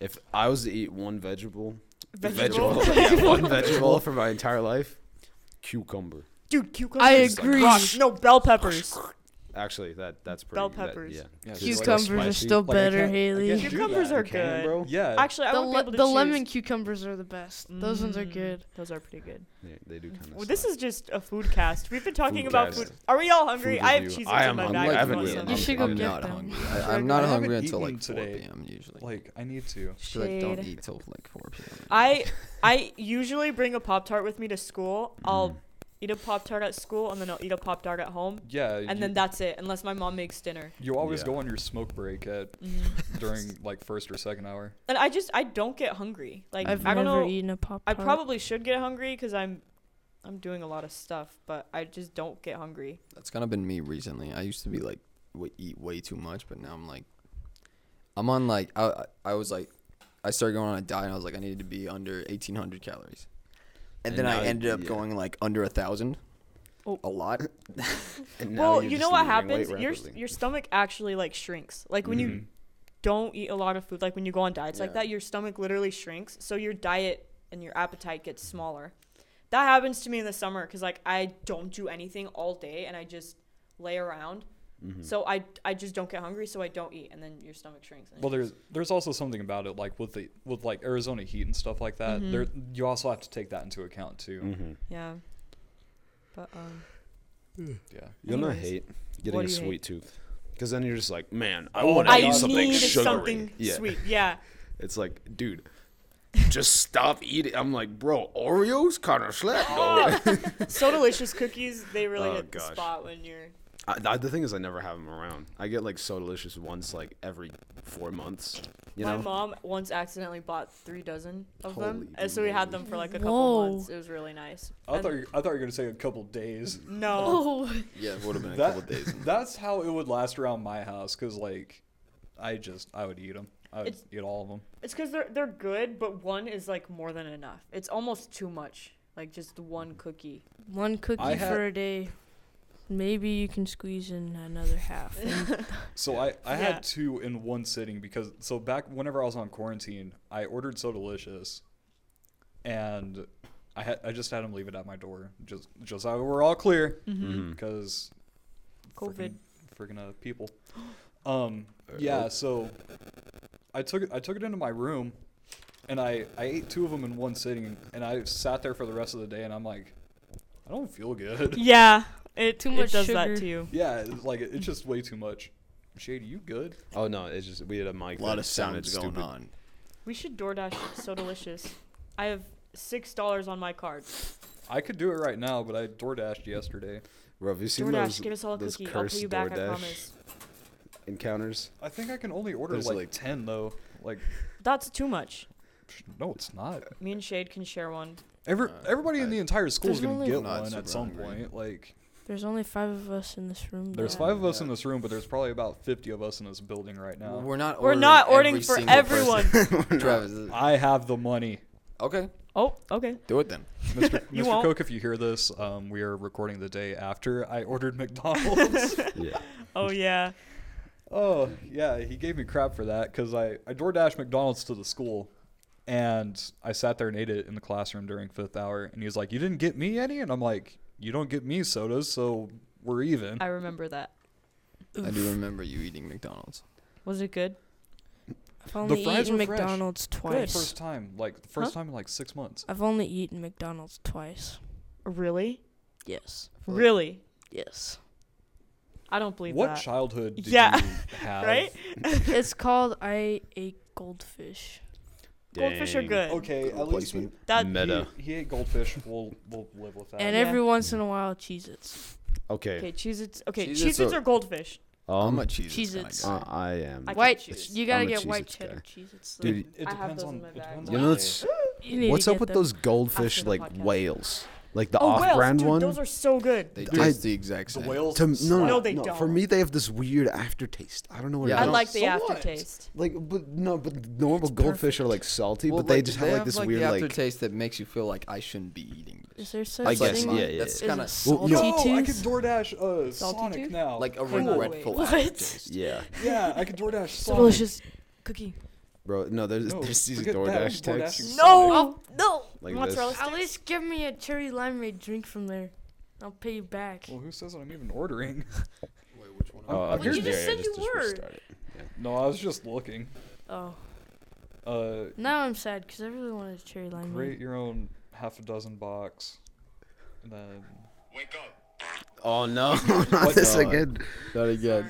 If I was to eat one vegetable, vegetable. [laughs] yeah, one vegetable for my entire life, cucumber. [laughs] Dude, cucumbers. I is agree. crushed. No bell peppers. Actually, that that's pretty. Bell that- peppers. yeah, just like- Cucumbers are spicy. still Like, I better, can't- I Haley. can't do Cucumbers that. are You can, good. bro. Yeah. Actually, I The, would le- be able to the choose. lemon cucumbers are the best. Those ones are Mm, good. Those are pretty good. Yeah, they do kind of. Well, this is just a food cast. We've been talking Food about cast. food. Are we all hungry? Food I have review. cheese I in am my hungry. bag. I if haven't want really some. You should go I'm get not them. [laughs] hungry. Should I I, I'm go- not I haven't hungry until like eaten 4 today. p.m. Usually, Like I need to. She, like don't Shade. eat till like 4 p.m. I I usually bring a pop tart with me to school. I'll Mm. eat a pop tart at school and then I'll eat a pop tart at home, Yeah. and you, then that's it. Unless my mom makes dinner. you always Yeah. go on your smoke break at Mhm. during like first or second hour. And I just I don't get hungry. Like I've I do not never know. eaten a pop I tart. probably should get hungry because I'm I'm doing a lot of stuff, but I just don't get hungry. That's kind of been me recently. I used to be like w- eat way too much, but now I'm like, I'm on like I I I was like, I started going on a diet. and I was like, I needed to be under 1,800 calories, and, And then now I you- ended up yeah. going like under a thousand. Oh. A [laughs] lot. And now Well, you're you just know what losing weight happens? Your s- rapidly. Mm-hmm. your stomach actually like shrinks. Like when you Mhm. don't eat a lot of food, like when you go on diets like Yeah. that, your stomach literally shrinks. So your diet and your appetite gets smaller. That happens to me in the summer because like I don't do anything all day and I just lay around. Mm-hmm. So I I just don't get hungry, so I don't eat, and then your stomach shrinks. and it Well, just- there's there's also something about it, like with the with like Arizona heat and stuff like that. There, Mm-hmm. you also have to take that into account too. Mm-hmm. yeah. But um, Yeah, You're gonna Anyways, hate what getting a do you sweet hate? tooth, because then you're just like, man, I Oh want to my I eat God. something need sugary. something yeah, sweet. Yeah. [laughs] it's like, dude, just stop eating. I'm like, bro, Oreos kind of slap [laughs] though. [laughs] so delicious cookies. They really Oh, hit the gosh. spot when you're. I, the- the thing is, I never have them around. I get like so delicious once, like every four months. You My know, mom once accidentally bought three dozen of them, Holy and so we had them for like a Whoa. couple months. It was really nice. I And- thought you, I thought you were gonna say a couple days. no. [laughs] Oh, Yeah, it would have been a couple That, of days. [laughs] that's how it would last around my house, cause like, I just I would eat them. I would It's- eat all of them. It's because they're they're good, but one is like more than enough. It's almost too much. Like just one cookie. one cookie I had- for a day. Maybe you can squeeze in another half. [laughs] So I, I Yeah. had two in one sitting because so back whenever I was on quarantine, I ordered so delicious, and I had I just had them leave it at my door just just so we're all clear because Mm-hmm. COVID. freaking, freaking uh, people. Um yeah, so I took it I took it into my room, and I I ate two of them in one sitting, and I sat there for the rest of the day, and I'm like, I don't feel [laughs] good. Yeah, it Too too much much does that sugar. to you. yeah, it's like it's just way too much. Shady, you good? Oh no, it's just we had a mic. a lot that of sounded sounds going stupid. on. We should DoorDash so delicious. I have six dollars on my card. I could do it right now, but I door dashed yesterday. Bro, have you seen DoorDash, those, give us all a those cookie. I'll pay cursed you back. I DoorDash promise. encounters? I think I can only order There's, like, like- ten though. Like, That's too much. no, it's not. Me and Shade can share one. [laughs] Every Uh, everybody in I- the entire school is There's gonna only- get No, it's one at super some hungry. point. Like, There's only five of us in this room. there's though. five of us Yeah. in this room, but there's probably about fifty of us in this building right now. We're not. Uh, We're not ordering every for single person. [laughs] everyone. Travis, I have the [laughs] money, [laughs] okay, [laughs] Oh, okay. do it then. Mr. You Mr. won't. Cook. If you hear this, um, we are recording the day after I ordered [laughs] McDonald's. Yeah. Oh yeah. Oh yeah, he gave me crap for that because I I DoorDashed McDonald's to the school, and I sat there and ate it in the classroom during fifth hour, and he was like, "You didn't get me any," and I'm like, "You don't get me sodas, so we're even." I remember that. I do remember you eating McDonald's. Was it good? I've only fries eaten were fresh. McDonald's Good. twice. First time, like the first time in like six months. I've only eaten McDonald's twice. Really? Yes. Really? Yes. I don't believe What that. childhood did Yeah. [laughs] you have? right? [laughs] it's called I ate goldfish. Goldfish are Dang. good. Okay, at least he, That Meta. he, he ate goldfish. We'll we'll live with that. and Uh, yeah. every once in a while, Cheez Its. Okay. Okay, Cheez Its okay, Cheez-Its Cheez Its are- or goldfish. I'm Um, a cheese. Cheez-Its. uh, I am. I- White. Cheez Its. You gotta I'm a get Cheez white Its cheddar guy. Cheez Its. though. Dude, it I have depends those on in my it bag. depends you on know the what's day. You need to what's up get with them. those goldfish After the like podcast. whales? like the oh, whales, off-brand dude, one. Those are so good. They I- taste Uh, the exact The same. whales. to, no, No, no, they no, don't. For me, they have this weird aftertaste. I don't know what it Yeah, I I is. don't- like the So what? aftertaste. Like, but no, but normal goldfish are like salty, Well, but they just have, like this weird the like. aftertaste that makes you feel like I shouldn't be eating Is this. there such I It's like guess, thing? my- yeah, yeah, That's yeah. kind of Well, Yo, Salty I could [laughs] tooth? Doordash uh, Salty Sonic tooth? now. like a Hang on, regretful wait. What? aftertaste. Yeah, yeah, I could DoorDash So Sonic. delicious cookie. bro. No, there's No, there's these forget that. DoorDash DoorDash texts. is- No, no. Like [laughs] Mozzarella this. At sticks. least give me a cherry limeade drink from there. I'll pay you back. Well, who says I'm even ordering? [laughs] Wait, which one? Oh, I'm Would you yeah, just yeah, said you just were. restart it. No, I was just looking. Oh, Uh, now I'm sad because I really wanted a cherry limeade. create your own half a dozen box. And then Wake up. Oh no, [laughs] not this God. again. Not again.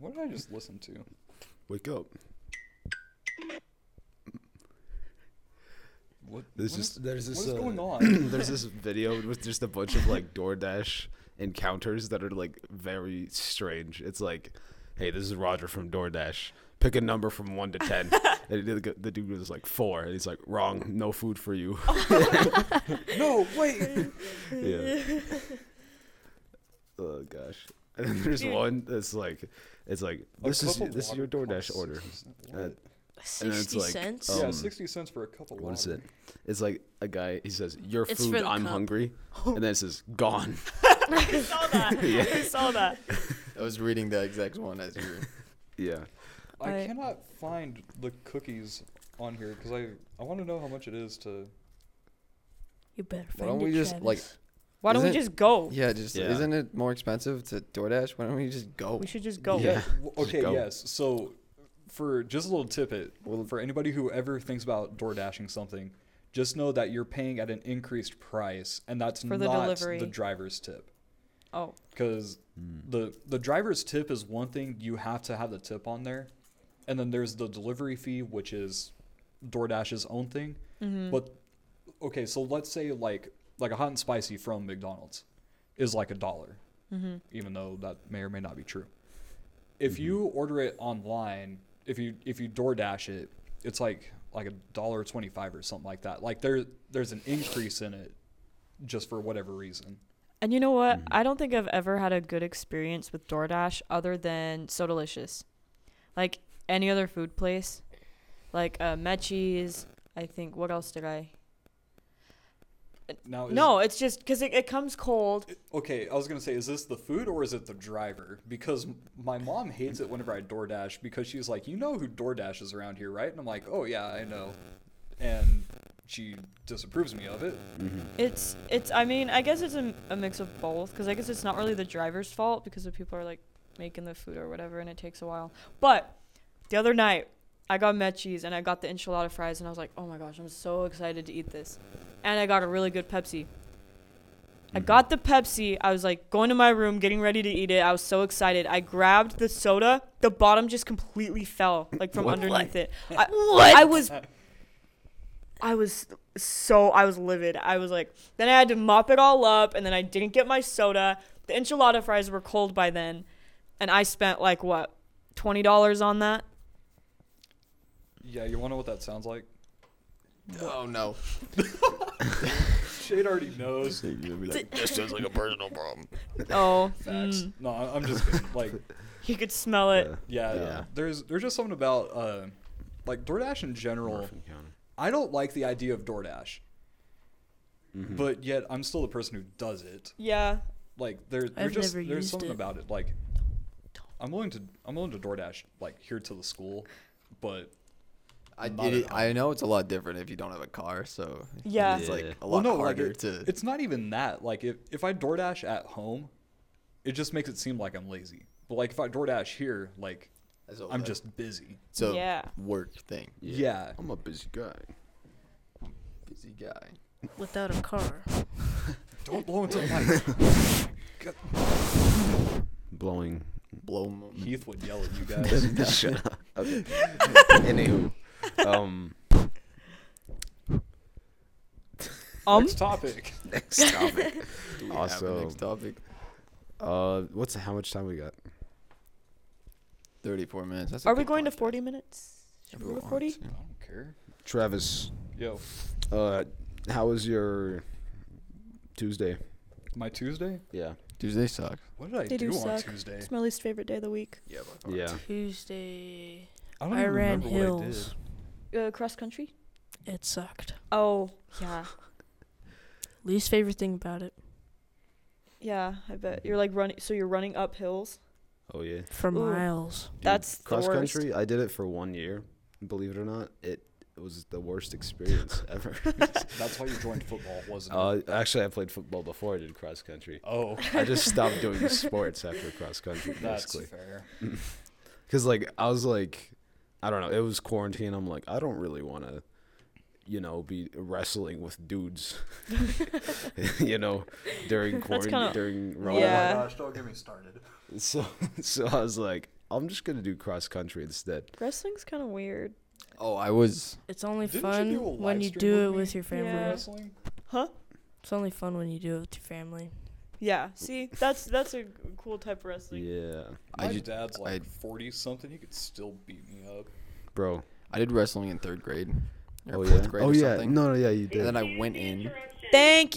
what did I just listen to? Wake up. What? There's what is- just there's this what is uh, going on? [clears throat] there's this video with just a bunch of like DoorDash encounters that are like very strange. It's like, hey, this is Roger from DoorDash. Pick a number from one to ten. and the, the dude was like four, and he's like, wrong, no food for you. no, [laughs] wait. yeah. Oh gosh. And then there's Dude. one that's like, it's like A this is cup of this is your water costs DoorDash order. 60 Uh, what? and it's 60 like, cents? uh, yeah, um, sixty cents for a cup of water. What is it? It's like a guy. He says, "Your It's for food, the I'm cup. hungry," and then it says, "Gone." [laughs] I saw that. I saw that. [laughs] I was reading the exact one as you were. Yeah. I, I- cannot find the cookies on here because I I want to know how much it is to. you better Why find don't it, we just like? Travis. Why don't we Isn't- just go? Yeah, just Yeah. isn't it more expensive to DoorDash? Why don't we just go? We should just go. Yeah. w- Just Okay. go. Yes. So, for just a little tippet, for anybody who ever thinks about door dashing something, just know that you're paying at an increased price, and that's For the not delivery. the driver's tip. Oh, because the the driver's tip is one thing you have to have the tip on there, and then there's the delivery fee, which is DoorDash's own thing. But okay, so let's say like like a hot and spicy from McDonald's is like a dollar, even though that may or may not be true. If you order it online, if you if you DoorDash it, it's like like a dollar twenty five or something like that. Like there there's an increase in it, just for whatever reason. and you know what? I don't think I've ever had a good experience with DoorDash other than So Delicious, like any other food place, like uh, Mechie's. I think. What else did I? Now is- No, it's just because it, it comes cold. Okay, I was gonna say, is this the food or is it the driver? Because m- my mom hates it whenever I DoorDash because she's like, you know who DoorDash is around here, right? And I'm like, oh yeah, I know, and she disapproves me of it. Mm-hmm. It's it's. I mean, I guess it's a, m- a mix of both because I guess it's not really the driver's fault because the people are like making the food or whatever, and it takes a while. But the other night, I got Mechie's and I got the enchilada fries, and I was like, oh my gosh, I'm so excited to eat this, and I got a really good Pepsi. I got the Pepsi. I was like going to my room, getting ready to eat it. I was so excited. I grabbed the soda. The bottom just completely fell, like from underneath it. I, I was, I was so I was livid. I was like, then I had to mop it all up, and then I didn't get my soda. The enchilada fries were cold by then, and I spent like what twenty dollars on that. Yeah, you wanna know what that sounds like? Oh no! Shade already [laughs] knows. this sounds like a personal problem. [laughs] Oh, Facts. mm, No, I- I'm just kidding. like, you could smell it. yeah, Yeah. there's there's just something about uh, like DoorDash in general. Morphin County. I don't like the idea of DoorDash, Mm-hmm. but yet I'm still the person who does it. Yeah, like there, I've there's just never there's used something it. about it. Like, I'm willing to I'm willing to DoorDash like here to the school, but I it, it- I know it's a lot different if you don't have a car, so Yeah. it's Yeah. like a well, lot no, like harder it- to. it's not even that. Like if if I DoorDash at home, it just makes it seem like I'm lazy. But like if I DoorDash here, like That's all I'm that- [laughs] just busy. it's a Yeah. work thing. Yeah. I'm a busy guy. Busy guy. without a car. Don't blow into the [laughs] mic. Blowing. Blow. m- Heath would yell at [laughs] you guys. Shut [laughs] up. Okay. Anywho, um, um, Next topic. next topic. Do we have a Also- next topic. Uh, what's how much time we got? Thirty-four minutes. That's a are we good going to podcast. forty minutes? If Should we we go want forty? to. I don't care. Travis, Yo, uh, How was your Tuesday? My Tuesday? Yeah. Tuesday sucks. What did I They do, do on suck. Tuesday? It's my least favorite day of the week. Yeah, Yeah. Tuesday. I don't I even ran remember what I did. hills. Uh, cross country. It sucked. Oh yeah, Least favorite thing about it yeah. I bet you're like running. So you're running up hills. Oh yeah. for Ooh. miles. Dude, That's the cross worst. country. I did it for one year. Believe it or not, it, it was the worst [laughs] experience ever. That's why you joined football, wasn't it? uh, actually, I played football before I did cross country. Oh, I just stopped [laughs] doing sports after cross country, that's basically. fair. Because like I was like, I don't know. It was quarantine. I'm like, I don't really want to, you know, be wrestling with dudes, [laughs] you know, during That's quarantine kinda- during Oh my Yeah. gosh, don't get me started. So [laughs] so I was like, I'm just gonna do cross country instead. Wrestling's kind of weird. Oh, I was. It's only Didn't you fun do a live when you stream do with it me? with your family. Yeah. Wrestling? It's only fun when you do it with your family. Yeah. See, that's that's a g- cool type of wrestling. Yeah, My I did, dad's like I- 40 something. He could still beat me up. bro. I did wrestling in third grade. Or oh fourth yeah. grade oh or yeah. something. No, no, yeah, you And did. then I went in. Thank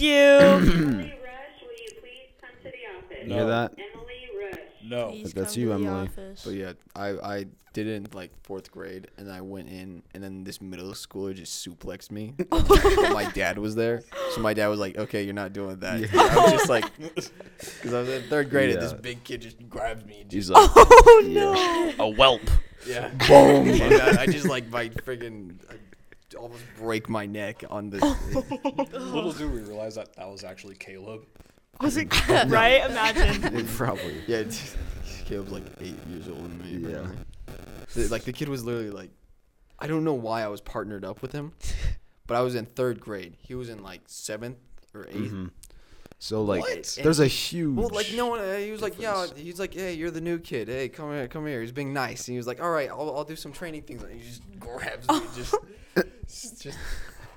[coughs] you. Emily Rush, will you please come to the office? You No. hear that? Emily Rush. No. [laughs] Please that's come you, to the Emily. office. But yeah, I I did it in like fourth grade, and I went in, and then this middle schooler just [laughs] suplexed me. But my dad was there, so my dad was like, "Okay, you're not doing that." And I was [laughs] just like, because I was in third grade, and this Yeah. big kid just grabs me. And just, He's like, oh no, a [laughs] whelp. yeah, Boom. [laughs] and I, I just like [laughs] my freaking, I almost break my neck on this. Little do we realize that that was actually Caleb. Was [laughs] it right? [laughs] [laughs] Imagine. Probably. yeah, it's- Caleb's like eight years older than me. Yeah. apparently. The- like the kid was literally like, I don't know why I was partnered up [laughs] with him, but I was in third grade. He was in like seventh or 8th Mhm. So like, What? there's a huge. Well, like no one. Uh, he was like, yeah. He's like, hey, you're the new kid. Hey, come here, come here. He's being nice. And he was like, all right, I'll, I'll do some training things. And he just [laughs] grabs me. Just, just, just-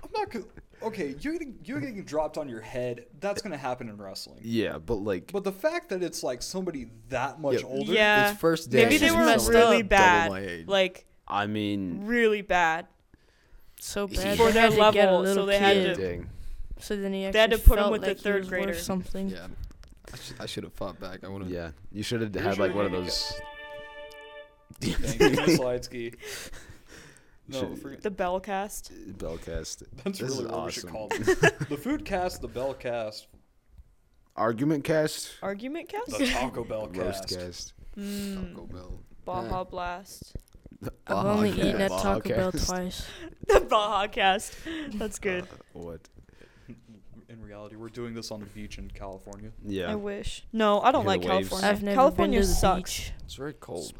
I'm not. Cause, okay, you're getting, you're getting dropped on your head. That's going to happen in wrestling. Yeah, but like, But the fact that it's like somebody that much Yeah. older. yeah. His first day. Maybe he they was were double- really double bad. my age. Like I mean, really bad. so bad. For they their had to get a level, so little they had kid. to- dang. So then he They had actually to put him felt with the like he third was worth grader. Something. Yeah, I, sh- I should have fought back. I would have. Yeah, you should have had like one of those. Thank you, Miss Lidsky. No, Should- for, The bell cast. Bellcast. that's this is really what we should awesome. call it. the food cast, the bell cast, Argument cast. Argument cast. [laughs] Hmm. the Taco Bell Roast cast. cast. Taco Bell. Baja Blast. [laughs] I've only eaten at Taco Bell twice. The Baja cast. Uh, That's good. What? In reality, we're doing this on the beach in California. I Yeah. wish. No, I don't Hear like the waves. California. I've never California been to the sucks. beach. It's very cold.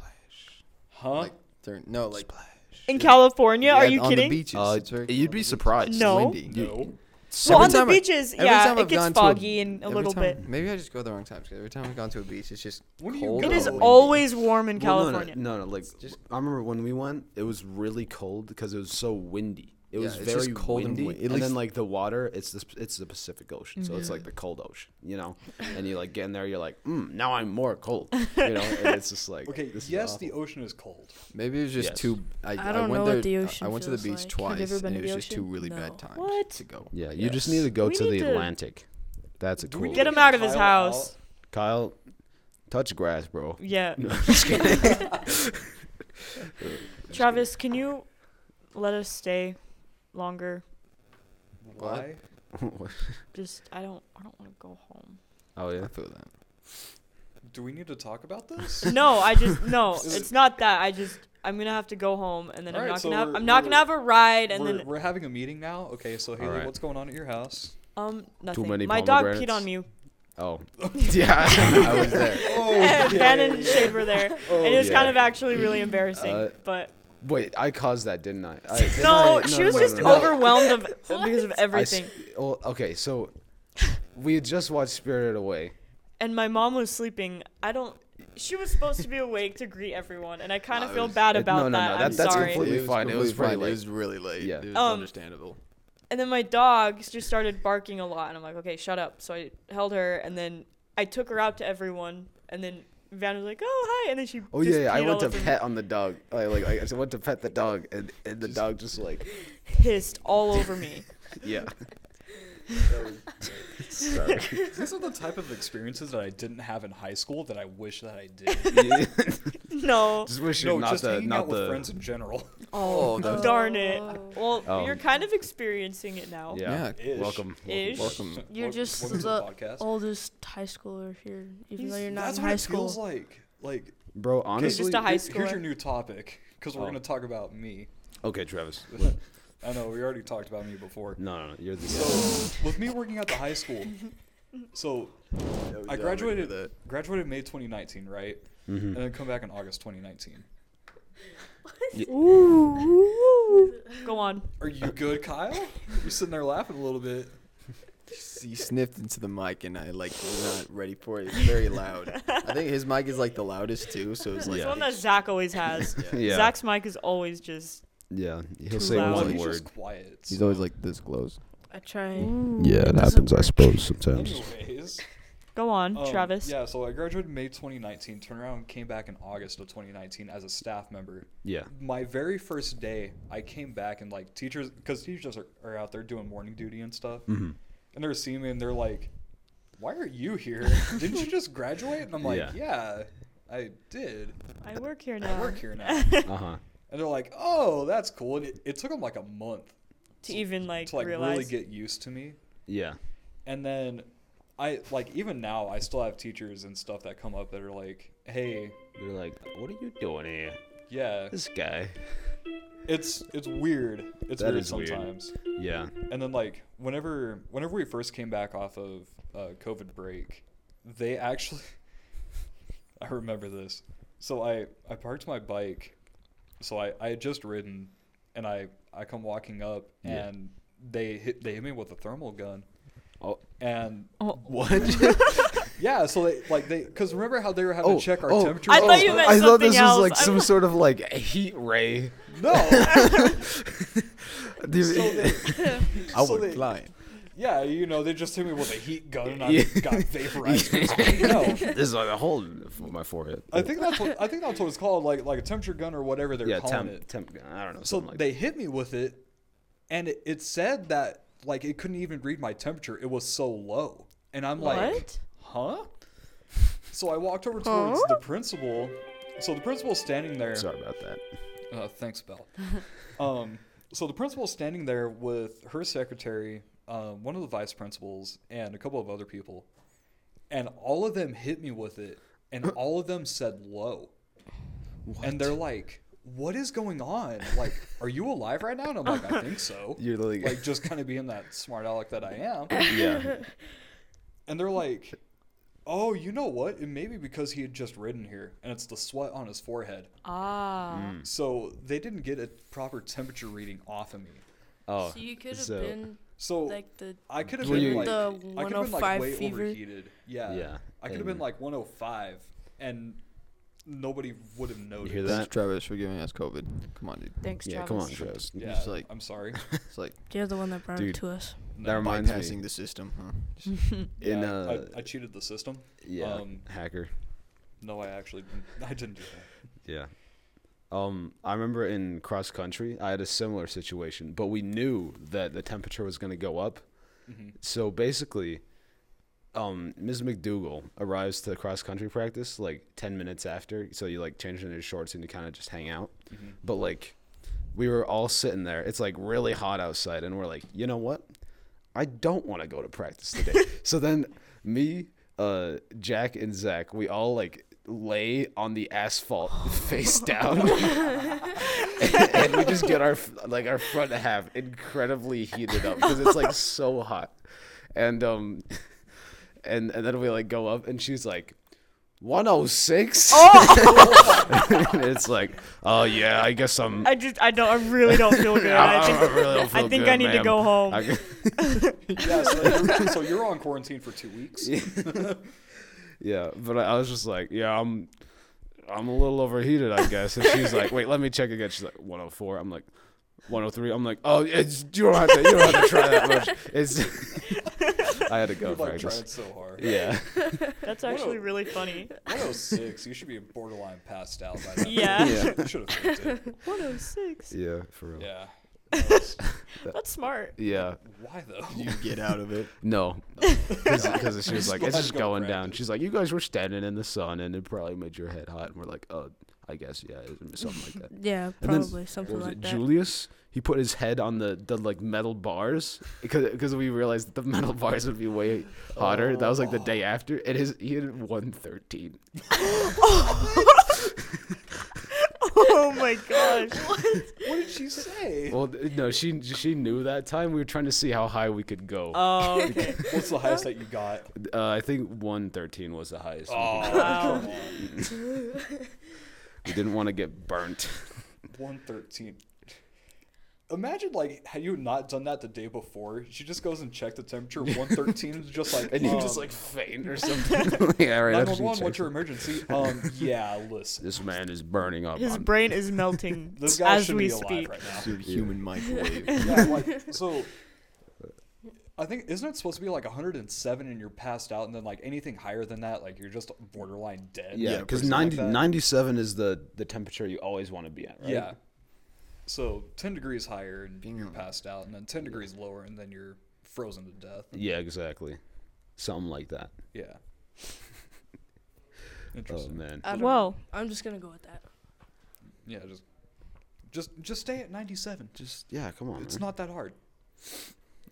Huh? Like during, no, like In California? Are yeah, you on kidding? The beaches. Uh, it's very you'd cold. be surprised. No. Windy. no. well, on Every the time I- beaches, every yeah, time it I've gets gone to a- foggy and a every little time- bit. Maybe I just go the wrong time because every time we've gone to a beach, it's just When do you cold. go? It is and windy. always warm in Well, no, California. no, no, no, Like just- I remember when we went, it was really cold because it was so windy. It Yeah, was it's very just cold and windy, wi- at and, least- then like the water, it's the it's the Pacific Ocean, so Mm-hmm. it's like the cold ocean, you know. And you like get in there, you're like, mm, now I'm more [laughs] cold, you know. And it's just like Okay, this is yes, awful. the ocean is cold. Maybe it was just Yes. too. I, I don't went know what there, the I- ocean I went to the feels beach like. Have you twice, ever been and to it was the just two ocean? really No. bad times What? to go. yeah. You just need to go We to need the to- Atlantic. That's a Do we cool. Get him out of his Kyle uh, house. Kyle, touch grass, bro. [laughs] Yeah. [laughs] No, I'm just kidding. Travis, can you let us stay longer? out? [laughs] What? Why? Just I don't I don't want to go home. oh I yeah. feel that. Do we need to talk about this? [laughs] No, I just no. it's not that. I just I'm gonna have to go home, and then I'm Alright, not so gonna have, we're- I'm not gonna we're- have a ride, and we're, then we're having a meeting now. Okay, so Haley, right. what's going on at your house? um nothing. many My dog peed pomegranates? on me. Oh. yeah. I was there. [laughs] Oh, ben and Shade [laughs] were there, and it was yeah. kind of actually really embarrassing. Uh, but Wait, I caused that, didn't I? I didn't no, I- she was no, just no, no. overwhelmed of, [laughs] because I of s- everything. well, okay, so we had just watched Spirited Away. and my mom was sleeping. I don't. She was supposed to be awake to greet everyone, and I kind No, of it feel was- bad it- about no, no, that. no, that- I'm that's sorry. completely fine. It was completely pretty It late. was really late. Yeah. It was Um, understandable. And then my dog just started barking a lot, and I'm like, okay, shut up. So I held her, and then I took her out to everyone, and then Van was like, oh hi, and then she. Oh just yeah, yeah, I peed went all to over me, pet on the dog. I like I just went to pet the dog, and, and the dog just like [laughs] pissed all over me. [laughs] yeah. Sorry. These are the type of experiences that I didn't have in high school that I wish that [laughs] I did. Yeah. No. Just wishing no, not just the hanging not out with the friends in general. Oh, Oh. Darn it. Well, Um, you're kind of experiencing it now. [laughs] yeah. Ish. Welcome. Ish. Welcome. You're Wel- just welcome to the podcast. oldest high schooler here, even though He's- you're not That's in what high it school. feels like. Like Bro, He's honestly. just a high here- Here's your schooler. new topic because we're Oh. gonna talk about me. okay, Travis. I know we already talked about me before. No, no, no you're the So with me working at the [laughs] high school, so I graduated that. graduated May 2019, right? Mhm. And then come back in August 2019. Go on. Are you good, Kyle? You're sitting there laughing a little bit. He sniffed into the mic, and I like was not ready for it. It's very [laughs] loud. I think his mic is like the loudest too, so it's It's like one that Zach always has. [laughs] yeah. Zach's mic is always just. yeah. He'll Too say loud. Well, one he's word. just quiet. he's so- always like this close. I try. yeah, it happens, I suppose, sometimes. [laughs] Anyways, Go on, um, Travis. Yeah, so I graduated May 2019. Turned around, and came back in August of 2019 as a staff member. Yeah. My very first day, I came back and like teachers, because teachers are, are out there doing morning duty and stuff, Mhm. and they're seeing me and they're like, "Why are [laughs] you here? Didn't you just graduate?" And I'm like, Yeah. "Yeah, I did. I work here I now. work here now." Uh huh. and they're like, "Oh, that's cool." And it, it took them like a month [laughs] to even like, to like realize. really get used to me. Yeah. And then I like even now I still have teachers and stuff that come up that are like, "Hey, They're like, what are you doing here? yeah, This guy. it's it's weird. It's That weird is weird. sometimes." Yeah. And then like whenever whenever we first came back off of uh, COVID break, they actually [laughs] I remember this. So I I parked my bike. So I I had just ridden, and I I come walking up Yeah. and they hit they hit me with a thermal gun. Oh. And What? yeah, so they like they because remember how they were having Oh, to check our oh, temperature. I and thought you stuff? meant I thought something this else. was like I'm some like- sort of like heat ray. no. Dude, So they- [laughs] I So would they- [laughs] lie. yeah, you know they just hit me with a heat gun and I Yeah. got [laughs] vaporized. No. this is like a hole in my forehead. I think that's what I think that's what it's called, like like a temperature gun or whatever they're yeah, calling temp, it. temp. I don't know. So something like they hit me with it, and it, it said that like it couldn't even read my temperature. It was so low, and I'm like, What? huh? So I walked over towards the principal. So the principal's standing there. that. Sorry about that. Uh, thanks, Belle. um, so the principal's standing there with her secretary, um, one of the vice principals, and a couple of other people, and all of them hit me with it, [coughs] and all of them said low, and they're like, "What is going on? Like, are you alive right now?" And I'm like, "I think so." [laughs] You're like, Like, just kind of being that smart aleck that I [coughs] am. [laughs] yeah, And they're like, "Oh, you know what? It may be because he had just ridden here, and it's the sweat on his forehead." Ah. So they didn't get a proper temperature reading off of me. oh, So you could have so- been So like the I could have Were been you- oh like The I could have been like 105 way fever? overheated. Yeah. Yeah, I could have been and- like 105 and nobody would have noticed. hear Thanks, that? Travis, for giving us COVID. Come on, dude. Thanks, yeah. Travis. Come on, Travis. Yeah, Just like- I'm sorry. It's [laughs] like you're the one that brought Dude. it to us. That reminds bypassing me. the system. Huh? [laughs] [laughs] Yeah, In I- uh, I, I cheated the system. yeah, um, hacker. No, I actually didn't- [laughs] I didn't do that. Yeah. Um, I remember in cross country, I had a similar situation, but we knew that the temperature was going to go up. Mm-hmm. [laughs] So basically, um, Ms. McDougal arrives to cross country practice like 10 minutes after. So you like change into your shorts and you kind of just hang out. But like, we were all sitting there. It's like really hot outside. And we're like, you know what? I don't want to go to practice today. so then me, uh, Jack, and Zach, we all like lay on the asphalt face down [laughs] and we just get our like our front half incredibly heated up because it's like so hot and um and and then we like go up and she's like 106 [laughs] and it's like oh yeah i guess i'm I just, I don't, I really don't [laughs] feel good. I I, think, really don't I feel think good, I need to ma'am. go home. I- yeah, so you're, so you're on quarantine for 2 weeks. [laughs] Yeah, but I, I was just like, yeah, I'm, I'm a little overheated, I guess. And she's like, wait, let me check again. She's like, 104. I'm like, 103. I'm like, oh, it's, you don't have to, you don't have to try that much. It's, [laughs] I had to go You're like practice. trying so hard. [laughs] Yeah, That's actually Whoa. really funny. 106, you should be borderline passed out by now. Yeah. [laughs] You should have faked it. 106. yeah, for real. Yeah. That's smart. Yeah. Why though? You get out of it. [laughs] No. Because she was like, it's Let's just go going down. practice. She's like, you guys were standing in the sun and it probably made your head hot. And we're like, oh, I guess, yeah, it- something like that. Yeah, then- probably What something was like it? that. Julius? He put his head on the, the like metal bars [laughs] because we realized that the metal bars would be way hotter. That was like the day after. And his he had one thirteen. [laughs] Oh my gosh. What did she [laughs] say? Well, th- no, she she knew that time. We were trying to see how high we could go. Uh, Oh, okay. What's the highest that you [laughs] got? I think one thirteen was the highest. we Oh. could go. Wow. We didn't want to get burnt. [laughs] One thirteen. Imagine like had you not done that the day before. She just goes and checks the temperature. One thirteen is just [laughs] like and you um, just like faint or something. [laughs] yeah, right. nine after one she one. checks What's your it. emergency? Um, yeah, listen. This man is burning up. [laughs] His I'm- brain is melting This guy as should we be alive speak. right now. Dude, human [laughs] microwave. yeah, like so. I think isn't it supposed to be like 107 and you're passed out, and then like anything higher than that, like you're just borderline dead. yeah, Yeah, because pretty 90, like that. 97 is the, the temperature you always want to be at, right? Yeah. So 10 degrees higher and you're passed out, and then 10 degrees lower, and then you're frozen to death. Yeah, exactly. Something like that. [laughs] Yeah. Oh, Interesting. man. I don't- Well, I'm just gonna go with that. Oh. Yeah, just just just stay at 97. Just, yeah, come on. It's man. not that hard.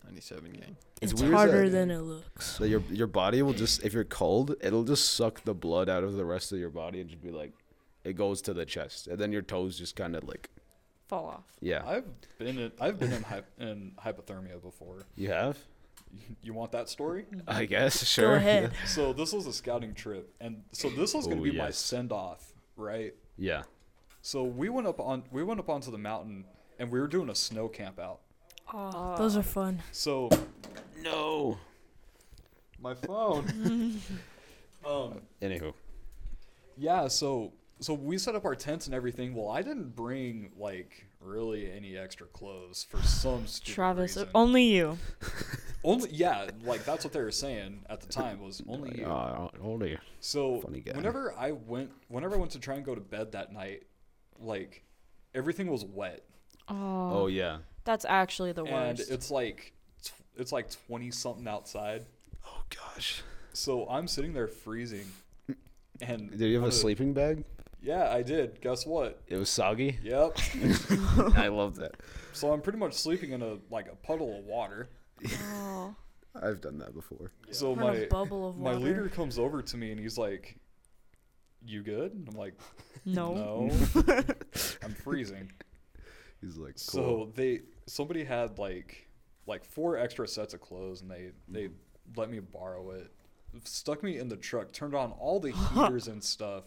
97 [laughs] gang. It's, weird harder that- than [laughs] it looks. So your, your body will just, if you're cold, it'll just suck the blood out of the rest of your body and just be like, it goes to the chest. And then your toes just kind of like, fall off. yeah. I've been in, I've been in, hy- [laughs] in hypothermia before. You [laughs] have? You want [laughs] that story? I guess, sure. Go ahead. So this was a scouting trip, and so this was going Oh, to be my yes. send off, right? [laughs] Yeah. So we went up on we went up onto the mountain, and we were doing a snow camp out. Those are fun. So No. my phone. um, Anywho. yeah. So so we set up our tents and everything. Well, I didn't bring like really any extra clothes for [laughs] some stupid Travis, oh. reason. only you. only yeah, like that's what they were saying at the time [laughs] was only you. Uh, hold here. So Funny guy. whenever I went, whenever I went to try and go to bed that night, like everything was wet, Oh, yeah. That's actually the and worst. it's like tw- it's like twenty something outside. Oh, gosh. So I'm sitting there freezing. And Did you have a one of the- sleeping bag? Yeah, I did. Guess what? It was soggy. Yep. [laughs] I love that. so I'm pretty much sleeping in a like a puddle of water. Oh. I've done that before. So I'm in my a bubble of my water. leader comes over to me and he's like, "You good?" And I'm like, no. "No, I'm freezing." He's like, cool. So they somebody had like like four extra sets of clothes and they they let me borrow it. Stuck me in the truck, turned on all the heaters and stuff.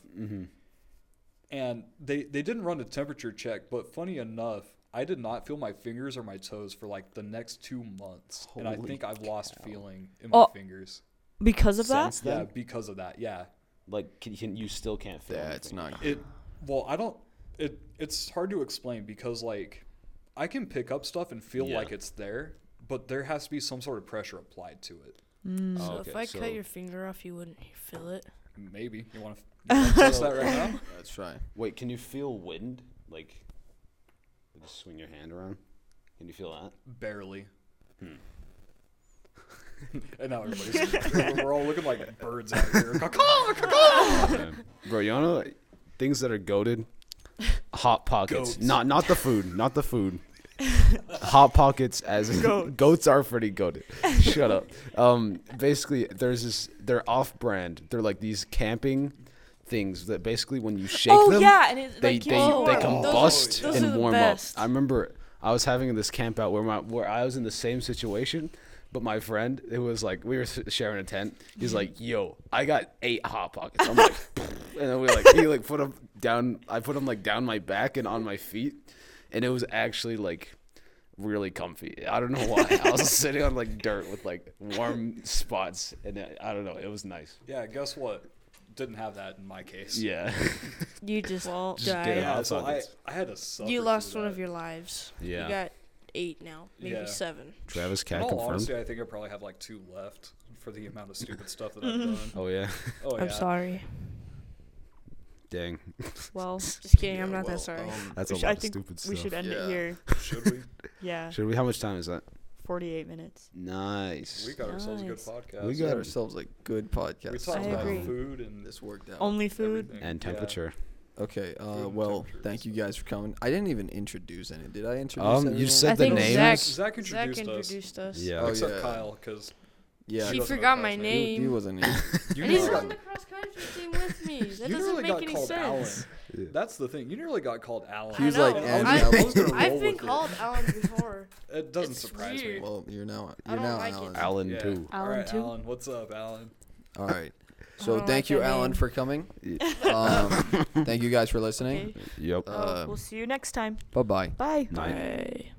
And they they didn't run a temperature check, but funny enough, I did not feel my fingers or my toes for like the next 2 months. and I Holy think I've lost feeling in my Oh, fingers. Because of that? Since Yeah, then, because of that. Yeah. like, can, can, you still can't feel. That's anything. not good. It well, I don't it it's hard to explain because like I can pick up stuff and feel Yeah. like it's there, but there has to be some sort of pressure applied to it. Mm. So Oh, if okay, I so- cut your finger off, you wouldn't feel it. Maybe you want [laughs] to test that right now. Let's try. Wait, can you feel wind? Like, just swing your hand around. Can you feel that? Barely. Hmm. [laughs] and now everybody's [laughs] we're all looking like birds out here. [laughs] Caw-caw, caw-caw. Bro, you wanna like, things that are [laughs] goaded? Hot pockets. Goats. Not not the food. Not the food. Hot pockets as in- goats. are pretty goaded. Shut up. Um basically there's this they're off brand. They're like these camping things that basically when you shake Oh them yeah, and it they like they, keeps you warm. they warm. combust Those are- those are and the warm best. up. I remember I was having this camp out where my where I was in the same situation, but my friend it was like we were s- sharing a tent. He's like, "Yo, I got eight hot pockets." I'm like, [laughs] and then we like he like put them down. I put them like down my back and on my feet, and it was actually like really comfy. I don't know why. I was [laughs] sitting on like dirt with like warm spots, and I, I don't know. It was nice. yeah, guess what? Didn't have that in my case. Yeah. You just all Just died. did Yeah, Hot so I, pockets. I had a suffer You through lost one of that. your lives. Yeah. You got eight now, maybe Yeah. seven. [laughs] Travis In Cat all honesty, I think I probably have like two left Mm-hmm. for the amount of stupid stuff that I've done. Oh yeah. Oh yeah. I'm sorry. [laughs] Dang, [laughs] Well, Just kidding. I'm not that sorry. um, um, that's we a should- lot I of think stupid we stuff. should end Yeah. it here. [laughs] Should we? Yeah, Should we? How much time is that? 48 minutes. Nice. We got ourselves a good Nice. podcast. We We got Good. ourselves a good podcast. We I talked about agree. food and This worked out. Only food. everything. and Yeah. temperature. Okay. Food Uh, and well, temperatures. thank you guys for coming. I didn't even introduce any. Did I introduce? Um, you everyone? said I the think names? Zach- Zach Zach introduced us. introduced us. Yeah. Oh, Except yeah. Kyle, because Yeah. She He doesn't forgot know my He, Kyle's name. he [laughs] wasn't. Even, you and he's nearly- on the cross country team with me. That you doesn't nearly got make any called sense. Alan. That's the thing. You nearly got called Alan. He was I like, know. [laughs] and I- Alan- I was gonna roll I've been with it. called Alan before. It doesn't It's surprise weird. me. well, you're now. I You're don't now like it. Alan. Alan Oh, Yeah. too. All Alan right, too. Alan. What's up, Alan? All right. I So don't thank like you, that Alan, name. for coming. Yeah. Um, [laughs] [laughs] thank you guys for listening. Yep. Uh, Uh, we'll see you next time. bye bye. Bye. Night. Okay.